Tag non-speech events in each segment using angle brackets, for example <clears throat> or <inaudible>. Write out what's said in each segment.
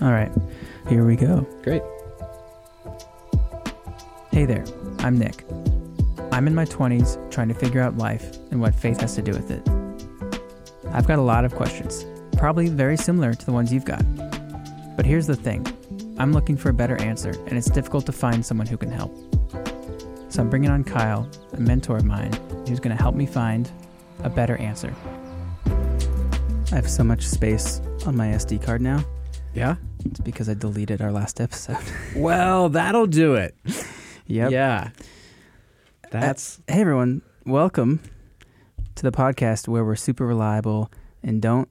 All right, here we go. Great. Hey there, I'm Nick. I'm in my 20s trying to figure out life and what faith has to do with it. I've got a lot of questions, probably very similar to the ones you've got. But here's the thing I'm looking for a better answer, and it's difficult to find someone who can help. So I'm bringing on Kyle, a mentor of mine, who's going to help me find a better answer. I have so much space on my SD card now. Yeah. It's because I deleted our last episode. <laughs> Well, that'll do it. yep. Yeah. That's Hey everyone, welcome to the podcast where we're super reliable and don't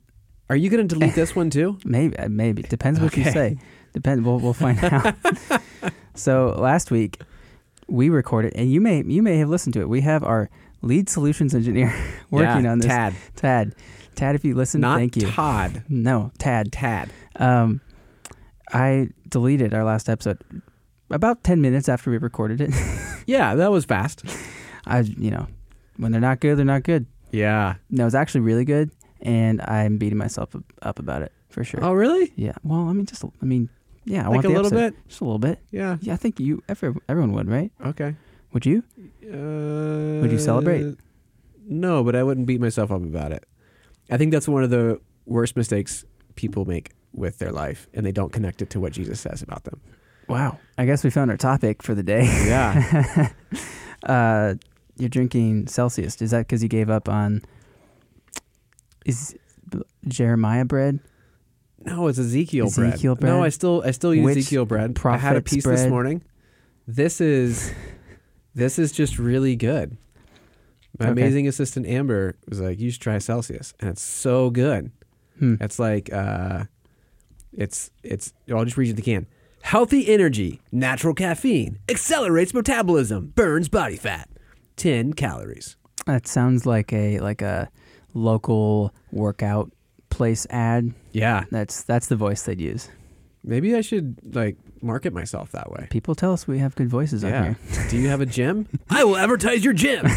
Are you going to delete this one too? maybe uh, maybe depends what you Okay. say. Depends. We'll we'll <laughs> find out. so last week we recorded, and you may you may have listened to it. We have our lead solutions engineer <laughs> <laughs> working Yeah, on this. Tad. Tad, Tad, if you listen, Not thank you. Todd. no, Tad. Tad. Um, I deleted our last episode about ten minutes after we recorded it. <laughs> Yeah, that was fast. I you know when they're not good, they're not good. Yeah. No, it's actually really good, and I'm beating myself up- up about it for sure. Oh, really? Yeah. Well, I mean, just I mean, yeah. I like want a the little episode. bit? just a little bit. Yeah. Yeah, I think you every, everyone would, right? Okay. Would you? Uh, you celebrate? No, but I wouldn't beat myself up about it. I think that's one of the worst mistakes people make with their life, and they don't connect it to what Jesus says about them. Wow. I guess we found our topic for the day. Yeah. <laughs> uh, you're drinking Celsius. Is that because you gave up on? Is b- Jeremiah bread? No, it's Ezekiel, Ezekiel bread. No, bread? I still I still use Which Ezekiel bread. I had a prophet's piece this bread? morning. This is this is just really good. My Okay. amazing assistant Amber was like, "You should try Celsius," and it's so good. Hmm. It's like uh, it's it's. I'll just read you the can. Healthy energy, natural caffeine, accelerates metabolism, burns body fat, ten calories. That sounds like a like a local workout place ad. Yeah, That's that's the voice they'd use. maybe I should like market myself that way. People tell us we have good voices on Yeah. here. Do you have <laughs> a gym? I will advertise your gym.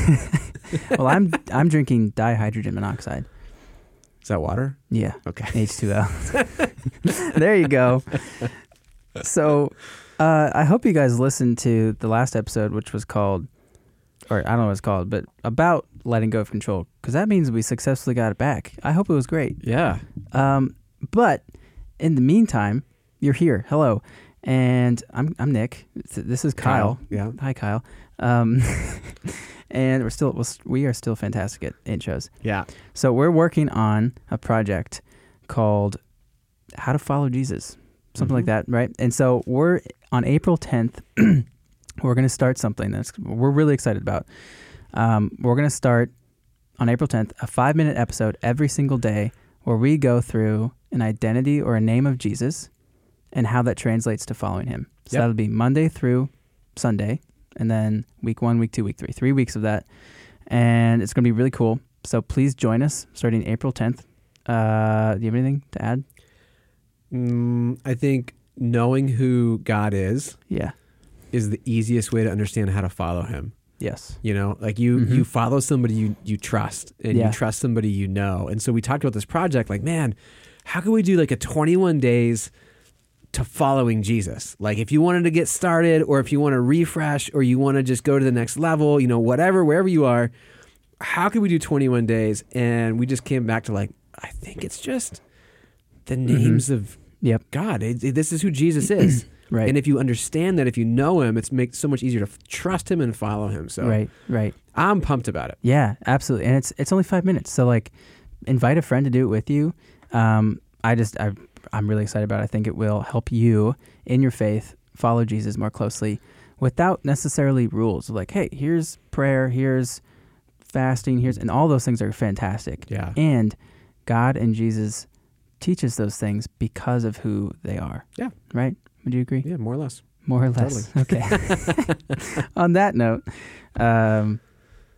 Well, I'm I'm drinking dihydrogen monoxide. Is that water? Yeah. Okay. H2O. <laughs> there you go. So uh, I hope you guys listened to the last episode, which was called, or I don't know what it's called, but about letting go of control, because that means we successfully got it back. I hope it was great. Yeah. Um, but in the meantime, you're here. Hello. And I'm, I'm Nick. Th- This is Kyle. Yeah. Hi, Kyle. Um, <laughs> and we're still, we're st- we are still fantastic at intros. Yeah. So we're working on a project called How to Follow Jesus, something like that, Mhm. right? And so we're on April 10th. <clears throat> we're going to start something that's we're really excited about. Um, we're going to start on April 10th a five minute episode every single day where we go through an identity or a name of Jesus and how that translates to following him. So Yep. that'll be Monday through Sunday, and then week one, week two, week three, three weeks of that. And it's going to be really cool. So please join us starting April 10th. Uh, do you have anything to add? Mm, I think knowing who God is Yeah. is the easiest way to understand how to follow Him. Yes. You know, like you Mhm. you follow somebody you you trust, and Yeah. you trust somebody you know. And so we talked about this project. Like, man, how can we do like a 21 days to following Jesus? Like, if you wanted to get started, or if you want to refresh, or you want to just go to the next level, you know, whatever, wherever you are, how could we do 21 days? And we just came back to like, I think it's just the names of Mm-hmm. Yep. God. It- it- this is who Jesus is. <clears throat> Right. And if you understand that, if you know him, it's makes so much easier to f- trust him and follow him. So Right. Right. I'm pumped about it. Yeah, absolutely. And it's it's only five minutes. So like invite a friend to do it with you. Um, I just I I'm really excited about it. I think it will help you in your faith follow Jesus more closely without necessarily rules. Like, hey, here's prayer, here's fasting, here's and all those things are fantastic. Yeah. And God and Jesus teaches those things because of who they are. Yeah. Right? Would you agree? Yeah, more or less. More or less. <laughs> Okay. <laughs> On that note, um,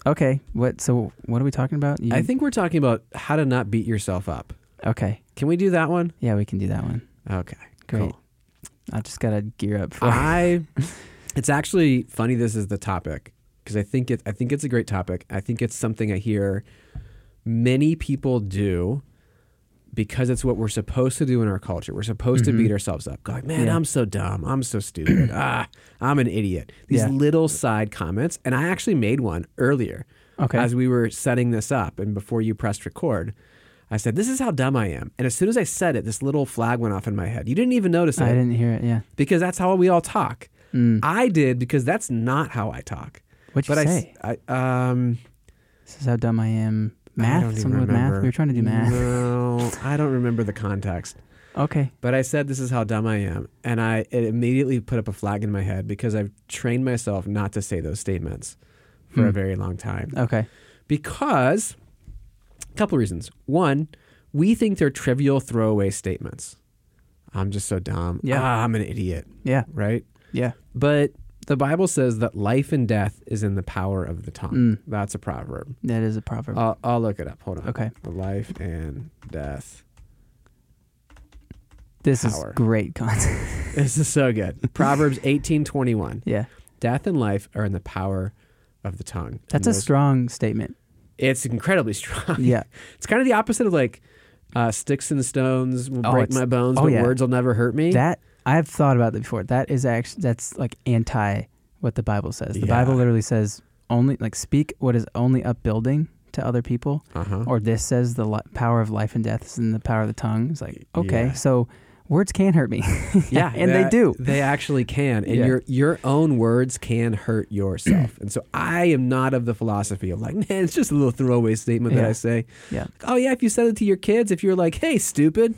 okay. What? So, what are we talking about? You- I think we're talking about how to not beat yourself up. Okay. Can we do that one? Yeah, we can do that one. Okay. Great. Cool. I just gotta gear up for. I <laughs> it's actually funny this is the topic because I think it I think it's a great topic. I think it's something I hear many people do because it's what we're supposed to do in our culture. We're supposed to beat ourselves up. Go like, man, Mm-hmm. Yeah. I'm so dumb. I'm so stupid. ah, I'm an idiot. These Yeah. little side comments. And I actually made one earlier <laughs> Okay. as we were setting this up and before you pressed record. I said, This is how dumb I am. And as soon as I said it, this little flag went off in my head. You didn't even notice it I didn't hear it. Yeah. Mm. because that's how we all talk. I did because that's not how I talk. What'd you but I s- say? I, um, This is how dumb I am. I Math? don't even Something with math? remember. We were trying to do math. <laughs> No, I don't remember the context. Okay. But I said, "This is how dumb I am," and I it immediately put up a flag in my head because I've trained myself not to say those statements for a Hmm. very long time. Okay. Because a couple reasons. One, we think they're trivial throwaway statements. I'm just so dumb. Yeah. Ah, I'm an idiot. Yeah. Right. Yeah. But the Bible says that life and death is in the power of the tongue. Mm. That's a proverb. That is a proverb. I'll, I'll look it up. Hold on. Okay. Life and death. <laughs> this power. is great content. <laughs> This is so good. Proverbs 18:21. yeah. Death and life are in the power of the tongue. That's a And those- strong statement. It's incredibly <laughs> strong. Yeah. It's kind of the opposite of like uh, sticks and stones will Oh, break it's- my bones, oh, but yeah. words will never hurt me. That I've thought about that before. That is actually that's like anti what the Bible says. The Yeah. Bible literally says only like speak what is only upbuilding to other people. <laughs> uh-huh. Or this says the li- power of life and death is in the power of the tongue. It's like okay, Yeah. so words can hurt <laughs> me. <laughs> yeah, and they that- do. They actually can, and Yeah. your your own words can hurt yourself. and so I am not of the philosophy of like, <laughs> man, it's just a little throwaway statement that Yeah. I say. Yeah. Oh yeah, if you said it to your kids, if you're like, hey, stupid,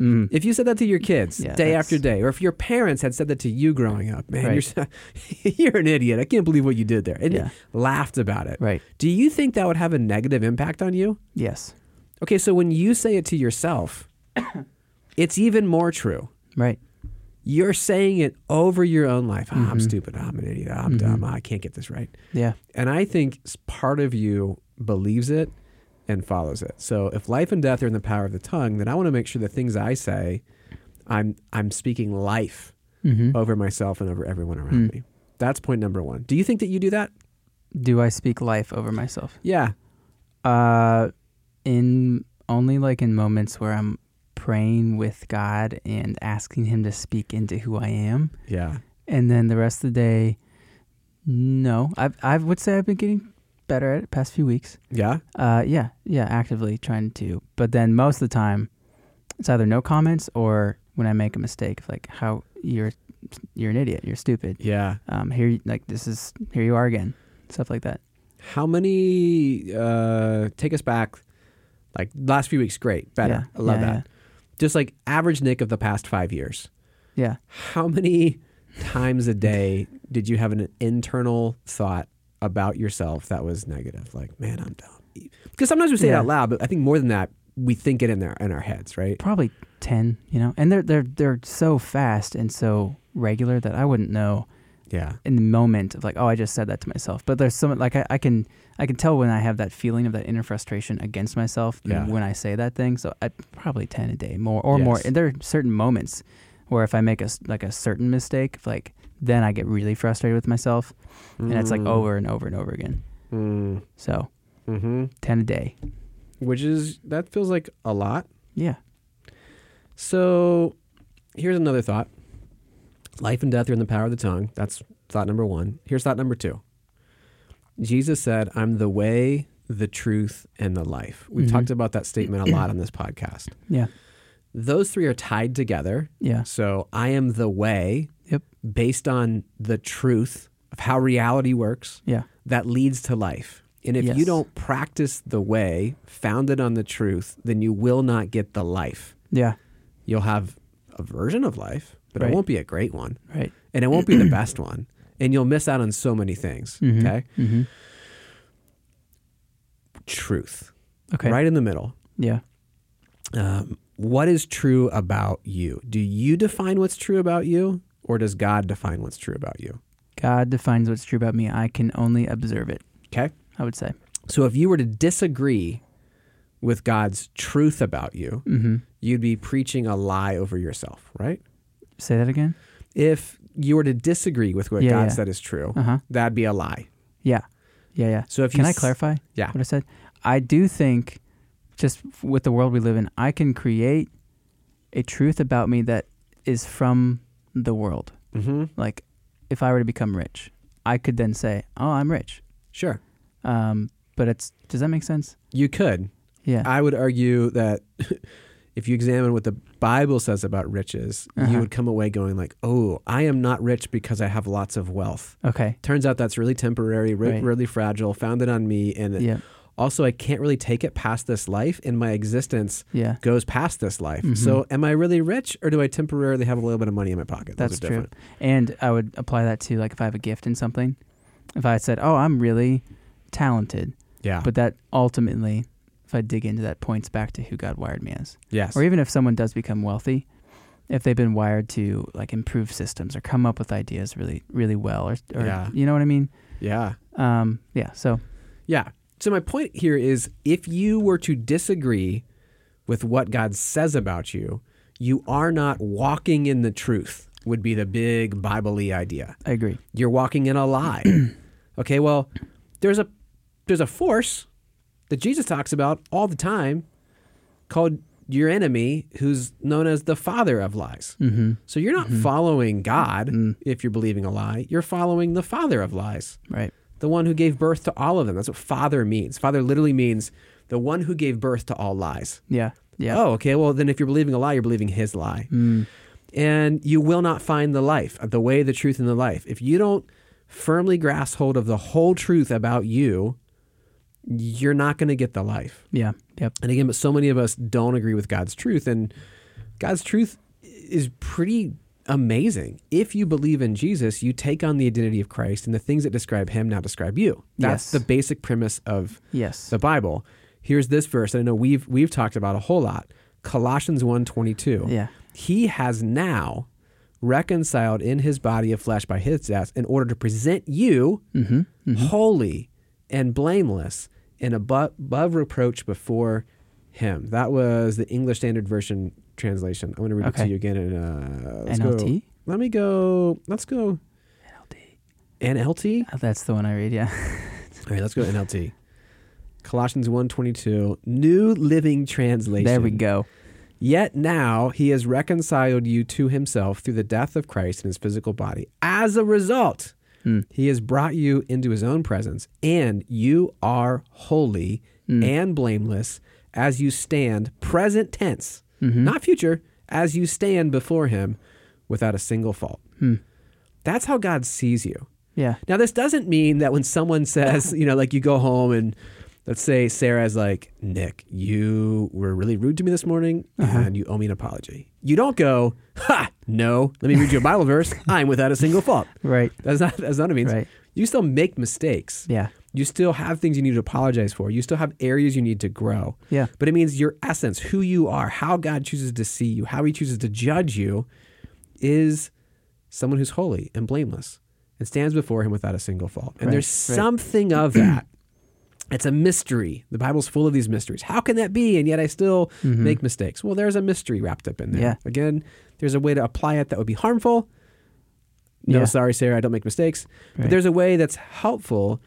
Mm. if you said that to your kids Yeah, day that's- after day, or if your parents had said that to you growing up, man, Right. you're so- <laughs> you're an idiot. I can't believe what you did there, and Yeah. laughed about it. Right. Do you think that would have a negative impact on you? Yes. Okay, so when you say it to yourself, it's even more true Right. you're saying it over your own life. Ah, I'm stupid. Ah, I'm an idiot. Ah, I'm dumb. Ah, I can't get this right. Yeah. And I think s- part of you believes it and follows it. So if life and death are in the power of the tongue, then I want to make sure the things I say, I'm I'm speaking life hmm over myself and over everyone around me. That's point number one. Do you think that you do that? Do I speak life over myself? Yeah. Uh, in only like in moments where I'm praying with God and asking Him to speak into who I am, Yeah. and then the rest of the day, no. I I would say I've been getting better at it past few weeks. Yeah. Uh, yeah, yeah, actively trying to. But then most of the time, it's either no comments or when I make a mistake, like how you're you're an idiot, you're stupid. Yeah. Um, here you- like this is here you are again, stuff like that. How many uh take us back like last few weeks, great, better. Yeah, I love yeah, that. Just like average Nick of the past five years. Yeah. How many <laughs> times a day did you have an internal thought about yourself that was negative? Like, man, I'm dumb. Because sometimes we say it Yeah. out loud, but I think more than that, we think it in there in our heads, right? probably 10 you know and they're they're they're so fast and so regular that i wouldn't know Yeah. in the moment of like oh i just said that to myself but there's some like i, I can i can tell when i have that feeling of that inner frustration against myself Yeah. when i say that thing so i probably 10 a day more or more Yes. and there are certain moments where if i make a s- like a certain mistake like then i get really frustrated with myself and it's like over and over and over again Mm. so hmm 10 a day Which is that feels like a lot. yeah So, here's another thought: life and death are in the power of the tongue. That's thought number one. Here's thought number two. Jesus said, "I'm the way, the truth, and the life." We've Mhm. talked about that statement a lot on this podcast. yeah those three are tied together. yeah So I am the way yep based on the truth of how reality works yeah that leads to life. And if you Yes. don't practice the way founded on the truth, then you will not get the life. yeah You'll have a version of life, but Right. it won't be a great one right and it won't be the <clears throat> best one. And you'll miss out on so many things. Mhm. Okay. mm-hmm. Truth. okay Right in the middle. yeah um, what is true about you? Do you define what's true about you, or does God define what's true about you? God defines what's true about me. I can only observe it, Okay. I would say. So if you were to disagree with God's truth about you, hmm you'd be preaching a lie over yourself, right? Say that again? If you were to disagree with what Yeah, God yeah. said is true, Uh huh. that'd be a lie. Yeah. Yeah, yeah. So if you Can I s- clarify Yeah. what I said? I do think just with the world we live in, I can create a truth about me that is from the world. Mm-hmm. Like, if I were to become rich, I could then say, "Oh, I'm rich." Sure. Um, but it's does that make sense? You could. Yeah. I would argue that <laughs> if you examine what the Bible says about riches, Uh-huh. you would come away going like, "Oh, I am not rich because I have lots of wealth." okay. Turns out that's really temporary, re- Right. really fragile, founded on me, and it- Yeah. also I can't really take it past this life, and my existence Yeah. goes past this life. Mhm. So, am I really rich, or do I temporarily have a little bit of money in my pocket? Those That's are true. different. And I would apply that to like if I have a gift in something. If I said, "Oh, I'm really talented," Yeah. but that ultimately, if I dig into that, points back to who God wired me as. yes. Or even if someone does become wealthy, if they've been wired to like improve systems or come up with ideas really, really well, or, or Yeah. you know what I mean? yeah. Um, yeah. So Yeah. So my point here is if you were to disagree with what God says about you, you are not walking in the truth would be the big Bible-y idea. I agree. You're walking in a <clears throat> lie. okay, well, there's a there's a force that Jesus talks about all the time called your enemy who's known as the father of lies. Mm-hmm. So you're not following God Mm. if you're believing a lie. You're following the father of lies Right. the one who gave birth to all of them. That's what father means. Father literally means the one who gave birth to all lies. Yeah. Yeah. Oh, okay. Well, then if you're believing a lie, you're believing his lie. Mm. And you will not find the life, the way, the truth, and the life. If you don't firmly grasp hold of the whole truth about you, you're not going to get the life. Yeah. Yep. And again, but so many of us don't agree with God's truth. And God's truth is pretty amazing. If you believe in Jesus, you take on the identity of Christ and the things that describe him now describe you. That's Yes. the basic premise of Yes. the Bible. Here's this verse that I know we've we've talked about a whole lot. Colossians 1:22. Yeah. He has now reconciled in his body of flesh by his death in order to present you Mm-hmm, holy and blameless and above, above reproach before him. That was the English Standard Version translation. I'm going to read it Okay. to you again in uh, let's NLT? Go, let me go. Let's go NLT. Oh, That's the one I read. Yeah. <laughs> All right, let's go NLT. Colossians 1:22, New Living Translation. there we go. Yet now he has reconciled you to himself through the death of Christ in his physical body. As a result, Hmm. he has brought you into his own presence, and you are holy Hmm. and blameless as you stand present tense, Mm-hmm. not future, as you stand before him without a single fault. Hmm. That's how God sees you. Yeah. Now, this doesn't mean that when someone says, you know, like you go home and let's say Sarah's like, Nick, you were really rude to me this morning and you owe me an apology. You don't go, ha, no, let me read you a Bible verse. I'm without a single fault. Right. That's not, that's not what it means. Right. You still make mistakes. Yeah. You still have things you need to apologize for. You still have areas you need to grow. Yeah. But it means your essence, who you are, how God chooses to see you, how he chooses to judge you, is someone who's holy and blameless and stands before him without a single fault. And Right, there's right. something of that. <clears throat> It's a mystery. The Bible's full of these mysteries. How can that be? And yet I still make mistakes. Well, there's a mystery wrapped up in there. Mm-hmm. Yeah. Again, there's a way to apply it that would be harmful. No, Yeah. sorry, Sarah, I don't make mistakes. But Right. there's a way that's helpful.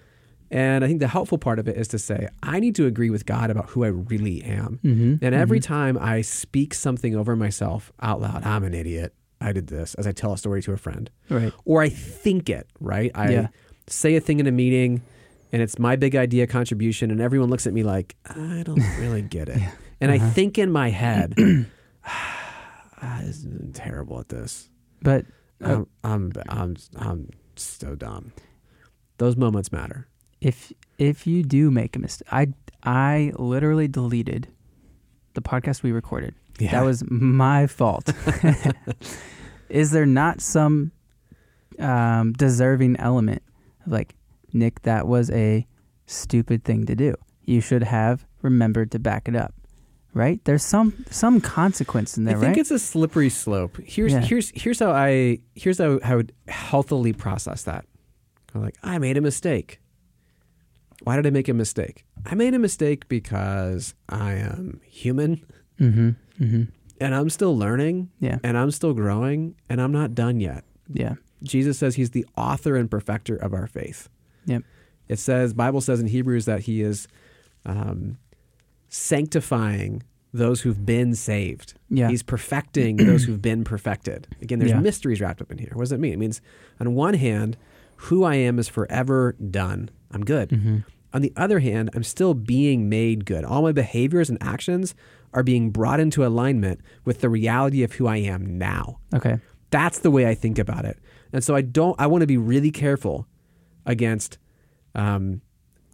And I think the helpful part of it is to say, I need to agree with God about who I really am. Mm-hmm. And every time I speak something over myself out loud, I'm an idiot. I did this as I tell a story to a friend. Right. Or I think it, right? I Yeah. say a thing in a meeting and it's my big idea contribution, and everyone looks at me like, I <laughs> don't really get it. And Uh-huh. I think in <clears throat> my head, I'm terrible at this. But uh, I'm, I'm, I'm, I'm so dumb. Those moments matter. if if you do make a mistake, I I literally deleted the podcast we recorded. Yeah. That was my <laughs> fault. Is there not some um, deserving element of like Nick? That was a stupid thing to do. You should have remembered to back it up, right? There's some some consequence in there, I think right? it's a slippery slope. Here's Yeah. here's here's how I here's how I would healthily process that. I'm like, I made a mistake. Why did I make a mistake? I made a mistake because I am human mm-hmm. Mm-hmm. and I'm still learning Yeah. and I'm still growing and I'm not done yet. Yeah. Jesus says he's the author and perfecter of our faith. Yep. It says Bible says in Hebrews that he is um, sanctifying those who've been saved. Yeah. He's perfecting <clears throat> those who've been perfected. Again, there's Yeah. mysteries wrapped up in here. What does it mean? It means, on one hand, who I am is forever done. I'm good. Mm-hmm. On the other hand, I'm still being made good. All my behaviors and actions are being brought into alignment with the reality of who I am now. Okay. That's the way I think about it. And so I don't, I want to be really careful against, um,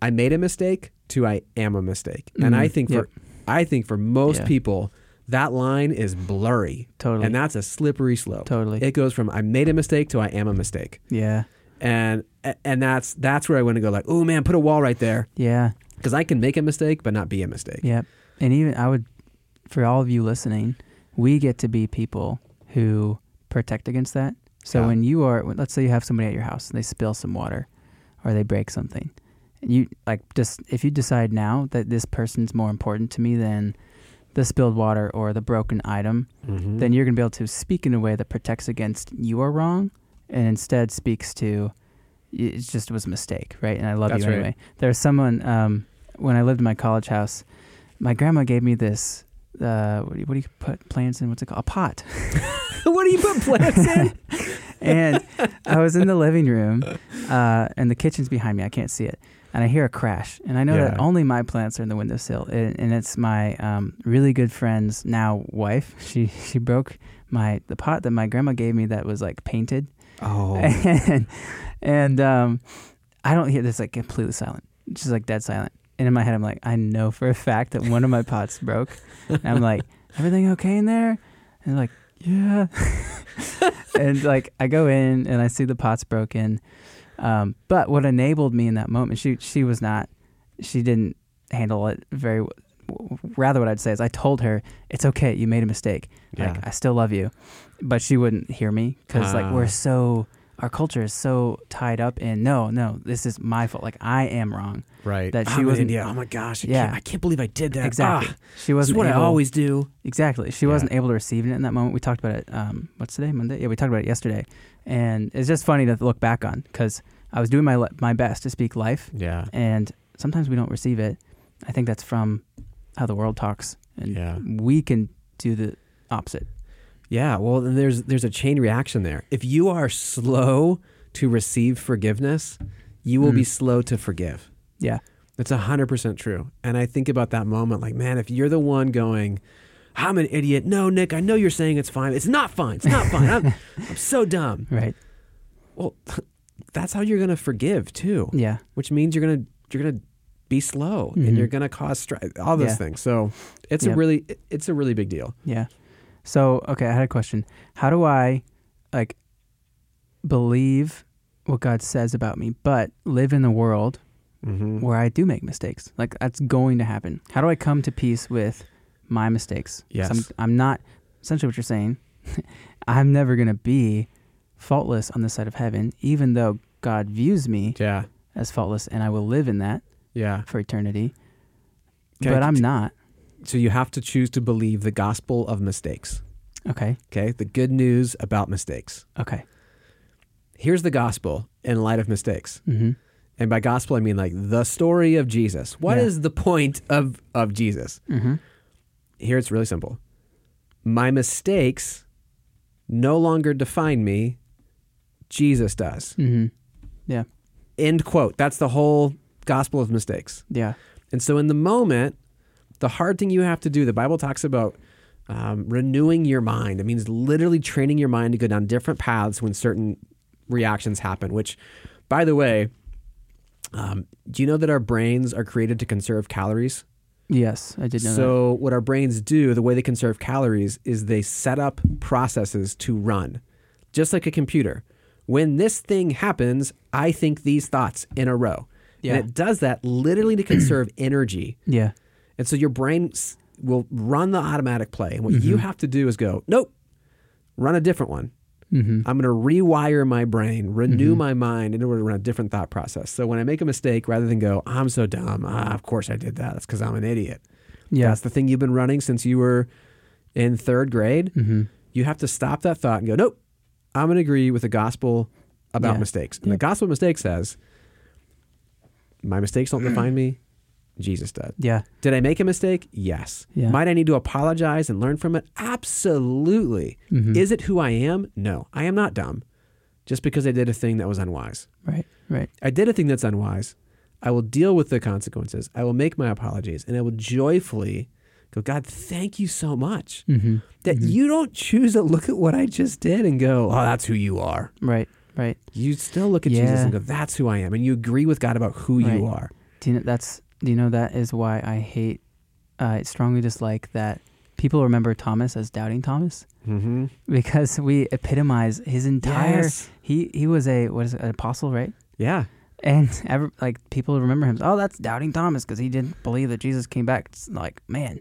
I made a mistake to I am a mistake. And I think for, Mm-hmm. yep. I think for most Yeah. people, that line is blurry. Totally. And that's a slippery slope. Totally. It goes from I made a mistake to I am a mistake. Yeah. And, and that's, that's where I want to go like, oh man, put a wall right there. Yeah. Cause I can make a mistake, but not be a mistake. Yep. And even I would, for all of you listening, we get to be people who protect against that. So Yeah. when you are, when- let's say you have somebody at your house and they spill some water or they break something, and you like just if you decide now that this person's more important to me than the spilled water or the broken item, Mhm. then you're going to be able to speak in a way that protects against you are wrong and instead speaks to "Y- it just was a mistake, right? And I love That's you right. anyway. There's someone, um, when I lived in my college house, my grandma gave me this. Uh, what, do you, what do you put plants in? What's it called? A pot. <laughs> what do you put plants <laughs> in? and I was in the living room, uh, and the kitchen's behind me. I can't see it, and I hear a crash. And I know that Yeah. only my plants are in the windowsill, and, and it's my um, really good friend's now wife. She she broke my the pot that my grandma gave me that was like painted, <laughs> oh, and and um, I don't hear this like completely silent. It's just like dead silent. And in my head, I'm like, I know for a fact that one of my pots broke. And I'm <laughs> like, everything okay in there? And they're like, yeah. <laughs> and like, I go in and I see the pots broken. Um, but what enabled me in that moment, she she was not, she didn't handle it very. w- w- Rather, what I'd say is, I told her it's okay. You made a mistake. Yeah. Like, I still love you, but she wouldn't hear me because like Ah. we're so our culture is so tied up in no, no, this is my fault. Like I am wrong. right. That she I'm an wasn't- idiot. Oh my gosh. I Yeah. Can't, I can't believe I did that. Exactly. Ah. She That's wasn't what able- I always do. Exactly. She Yeah. wasn't able to receive it in that moment. We talked about it. Um, what's today? Monday. Yeah, we talked about it yesterday, and it's just funny to look back on because I was doing my le- my best to speak life, Yeah. and sometimes we don't receive it. I think that's from how the world talks, and Yeah. we can do the opposite. Yeah. Well, then there's there's a chain reaction there. If you are slow to receive forgiveness, you will be Mm. slow to forgive. Yeah. That's hundred percent true. And I think about that moment, like, man, if you're the one going, I'm an idiot. No, Nick, I know you're saying it's fine. It's not fine. It's not fine. <laughs> I'm, I'm so dumb. Right. Well, that's how you're gonna forgive too, Yeah. which means you're gonna you're gonna be slow and Mhm. you're gonna cause strife. All those Yeah. things. So it's a Yep. really it's a really big deal. Yeah. So okay, I had a question. How do I like believe what God says about me, but live in the world Mm-hmm. where I do make mistakes. Like that's going to happen. How do I come to peace with my mistakes? 'Cause Yes. I'm, I'm not essentially what you're saying. <laughs> I'm never going to be faultless on the side of heaven, even though God views me Yeah. as faultless, and I will live in that Yeah. for eternity. Can I but I'm cont- not. So you have to choose to believe the gospel of mistakes. Okay. Okay, the good news about mistakes. Okay. Here's the gospel in light of mistakes. hmm And by gospel, I mean like the story of Jesus. What is Yeah. the point of, of Jesus? hmm Here it's really simple. My mistakes no longer define me, Jesus does. hmm Yeah. End quote. That's the whole gospel of mistakes. Yeah. And so, in the moment, the hard thing you have to do, the Bible talks about um, renewing your mind. It means literally training your mind to go down different paths when certain reactions happen, which, by the way, um, do you know that our brains are created to conserve calories? Yes, I did know that. So, what our brains do, the way they conserve calories, is they set up processes to run, just like a computer. When this thing happens, I think these thoughts in a row. Yeah. And it does that literally to conserve <clears throat> energy. Yeah. And so your brain s- will run the automatic play. And what Mm-hmm. you have to do is go, nope, run a different one. hmm I'm going to rewire my brain, renew Mm-hmm. my mind in order to run a different thought process. So when I make a mistake, rather than go, I'm so dumb, ah, of course I did that. That's because I'm an idiot. Yeah. That's the thing you've been running since you were in third grade. hmm You have to stop that thought and go, nope, I'm going to agree with the gospel about Yeah. <clears throat> mistakes. And the gospel of mistakes says, my mistakes don't define me. Jesus did. Yeah. Did I make a mistake? Yes. Yeah. Might I need to apologize and learn from it? Absolutely. Mm-hmm. Mm. Is it who I am? No. I am not dumb just because I did a thing that was unwise. Right. Right. I did a thing that's unwise. I will deal with the consequences. I will make my apologies and I will joyfully go, God, thank you so much that Mm-hmm. you don't choose to look at what I just did and go, oh, that's who you are. Right. Right. You still look at Jesus Yeah. and go, that's who I am. And you agree with God about who you Right. are. Do you know that's do you know that is why I hate uh, I strongly dislike that people remember Thomas as doubting Thomas <laughs> Mm-hmm. because we epitomize his entire Yes. he he was a what is it, an apostle, right? Yeah. And ever, like people remember him. Oh, that's doubting Thomas because he didn't believe that Jesus came back. It's like, man,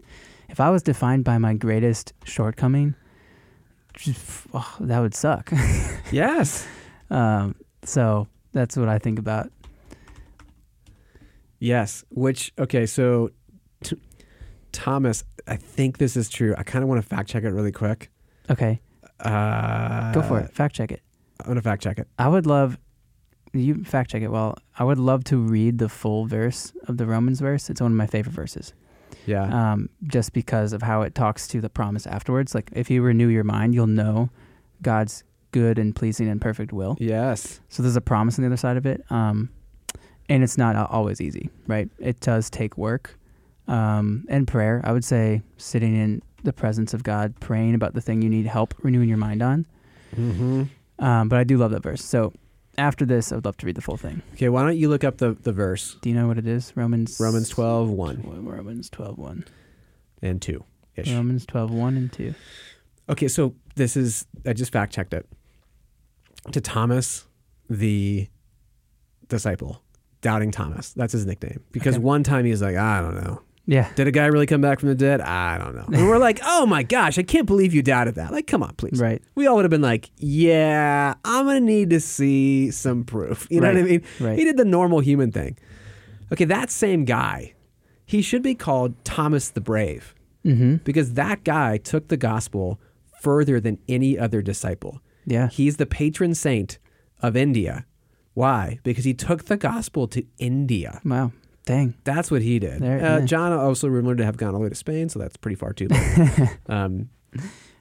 if I was defined by my greatest shortcoming, just, oh, that would suck. Yes. um, so that's what I think about. Yes, which okay, so t- Thomas, I think this is true. I kind of want to fact check it really quick. Okay, Uh, go for it. Fact check it. I'm gonna fact check it. I would love you fact check it. Well, I would love to read the full verse of the Romans verse. It's one of my favorite verses. Yeah, um, just because of how it talks to the promise afterwards. Like, if you renew your mind, you'll know God's good and pleasing and perfect will. yes, So there's a promise on the other side of it. Um, and it's not al- always easy, right? It does take work um, and prayer. I would say sitting in the presence of God, praying about the thing you need help renewing your mind on. mm-hmm. Um, but I do love that verse. So after this, I would love to read the full thing. Okay, why don't you look up the the verse Do you know what it is? Romans Romans 12, 1 Romans 12 1. and two ish. Romans 12 1 and 2. Okay, so this is I just fact checked it. To Thomas, the disciple, doubting Thomas, that's his nickname because Okay. one time he was like, I don't know, Yeah. Did a guy really come back from the dead? I don't know. And we're <laughs> like, oh my gosh, I can't believe you doubted that. Like, come on, please. Right. We all would have been like, yeah, I'm going to need to see some proof. <laughs> You know Right. what I mean? Right. He did the normal human thing. Okay, that same guy, he should be called Thomas the Brave Mm-hmm. because that guy took the gospel further than any other disciple. Yeah. He's the patron saint of India. Why? Because he took the gospel to India. Wow. Dang. That's what he did. There- uh, yeah. John also rumored to have gone all the way to Spain, so that's pretty far <laughs> too. But, um,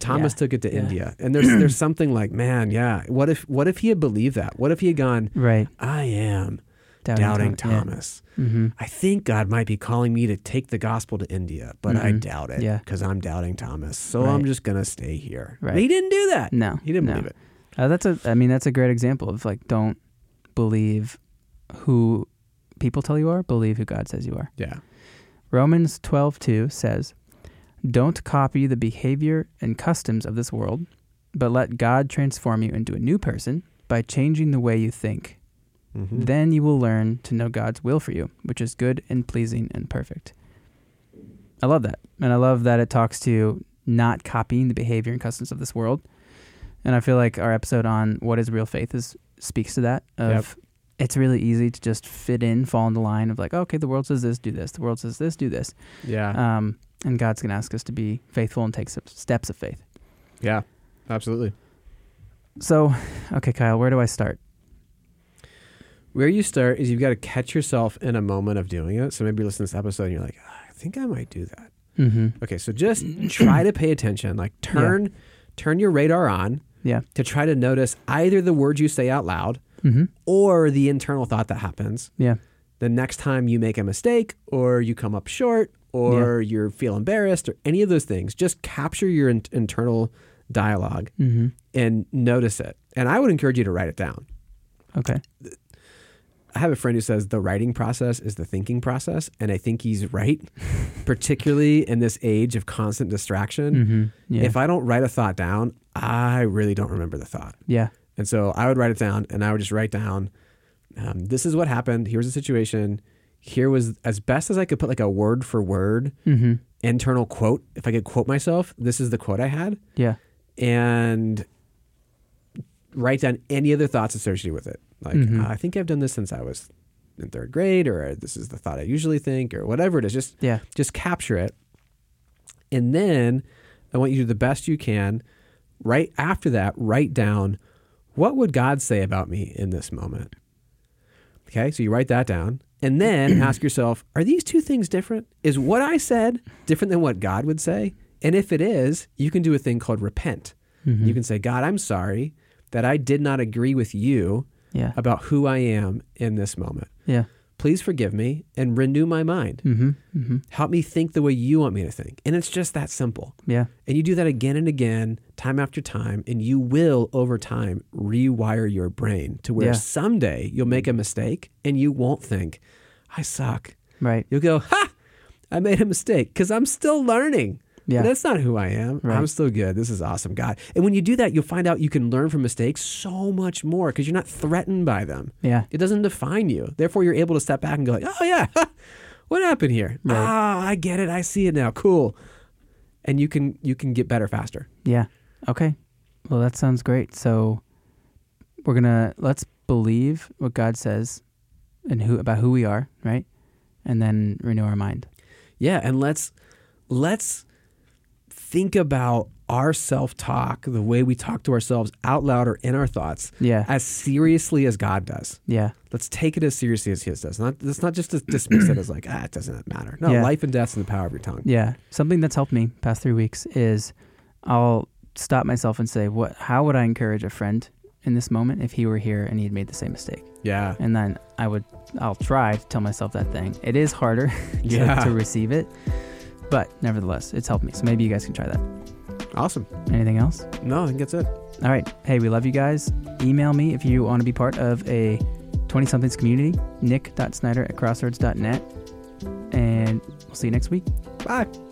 Thomas Yeah, took it to yeah. India, and there's <clears throat> there's something like, man, yeah. What if what if he had believed that? What if he had gone? Right. I am Doubting doubting, Thom- yeah. Thomas. Mm-hmm. I think God might be calling me to take the gospel to India, but I Mhm. doubt it Yeah. because I'm doubting Thomas. So Right. I'm just gonna stay here. Right. But He didn't do that. No. He didn't no. believe it. Uh, that's a. I mean, that's a great example of like, don't believe who people tell you are. Believe who God says you are. Yeah. Romans twelve two says, "Don't copy the behavior and customs of this world, but let God transform you into a new person by changing the way you think. Mhm. Then you will learn to know God's will for you, which is good and pleasing and perfect. I love that. And I love that it talks to not copying the behavior and customs of this world. And I feel like our episode on what is real faith is speaks to that of it's really easy to just fit in, fall in the line of like, "Oh, okay, the world says this, do this. The world says this, do this. Yeah. Um, and God's going to ask us to be faithful and take s- steps of faith. yeah. Absolutely. So, okay, Kyle, where do I start? Where you start is you've got to catch yourself in a moment of doing it. So maybe you listen to this episode and you're like, "Ah, I think I might do that. Mm-hmm. Okay, <clears throat> so just try to pay attention. Like turn turn your radar on Yeah. to try to notice either the words you say out loud Mm-hmm. or the internal thought that happens Yeah. the next time you make a mistake or you come up short or you feel embarrassed or any of those things. Just capture your in- internal dialogue Mm-hmm. and notice it. And I would encourage you to write it down. Okay. I have a friend who says the writing process is the thinking process, and I think he's right, particularly in this age of constant distraction. Mm-hmm. Yeah. If I don't write a thought down, I really don't remember the thought. yeah. And so I would write it down and I would just write down, um, this is what happened. Here's the situation. Here was, as best as I could put like a word for word Mm-hmm. internal quote, if I could quote myself, this is the quote I had, Yeah. and write down any other thoughts associated with it. Like, Mhm. "Uh, I think I've done this since I was in third grade, or uh, this is the thought I usually think, or whatever it is. Just Yeah. just capture it. And then I want you to do the best you can. Right after that, write down what would God say about me in this moment? Okay, so you write that down. And then ask yourself, are these two things different? Is what I said different than what God would say? And if it is, you can do a thing called repent. You can say, God, I'm sorry that I did not agree with you Yeah. about who I am in this moment. Yeah. Please forgive me and renew my mind. Mm-hmm. Mm-hmm. Help me think the way you want me to think. And it's just that simple. Yeah. And you do that again and again, time after time, and you will over time rewire your brain to where Yeah. someday you'll make a mistake and you won't think, I suck. Right. You'll go, Ha! I made a mistake because I'm still learning. Yeah. That's not who I am. Right. I'm still good. This is awesome, God. And when you do that, you'll find out you can learn from mistakes so much more because you're not threatened by them. Yeah. It doesn't define you. Therefore, you're able to step back and go, like, oh, yeah, <laughs> what happened here? Right. Ah, I get it. I see it now. Cool. And you can you can get better faster. Yeah. Okay. Well, that sounds great. So we're gonna let's believe what God says and who about who we are, right? And then renew our mind. Yeah, and let's let's think about our self-talk, the way we talk to ourselves out loud or in our thoughts, Yeah. as seriously as God does. yeah. Let's take it as seriously as His does. Not let's not just dis- dismiss it as like ah, it doesn't matter. No, Yeah. life and death's in the power of your tongue. Yeah. Something that's helped me past three weeks is I'll stop myself and say, What how would I encourage a friend in this moment if he were here and he had made the same mistake? Yeah, And then I would I'll try to tell myself that thing. It is harder <laughs> to, Yeah. to receive it. But nevertheless, it's helped me. So maybe you guys can try that. awesome. Anything else? No, I think that's it. All right. Hey, we love you guys. Email me if you want to be part of a 20 somethings community, nick.snyder at crossroads.net. And we'll see you next week. Bye.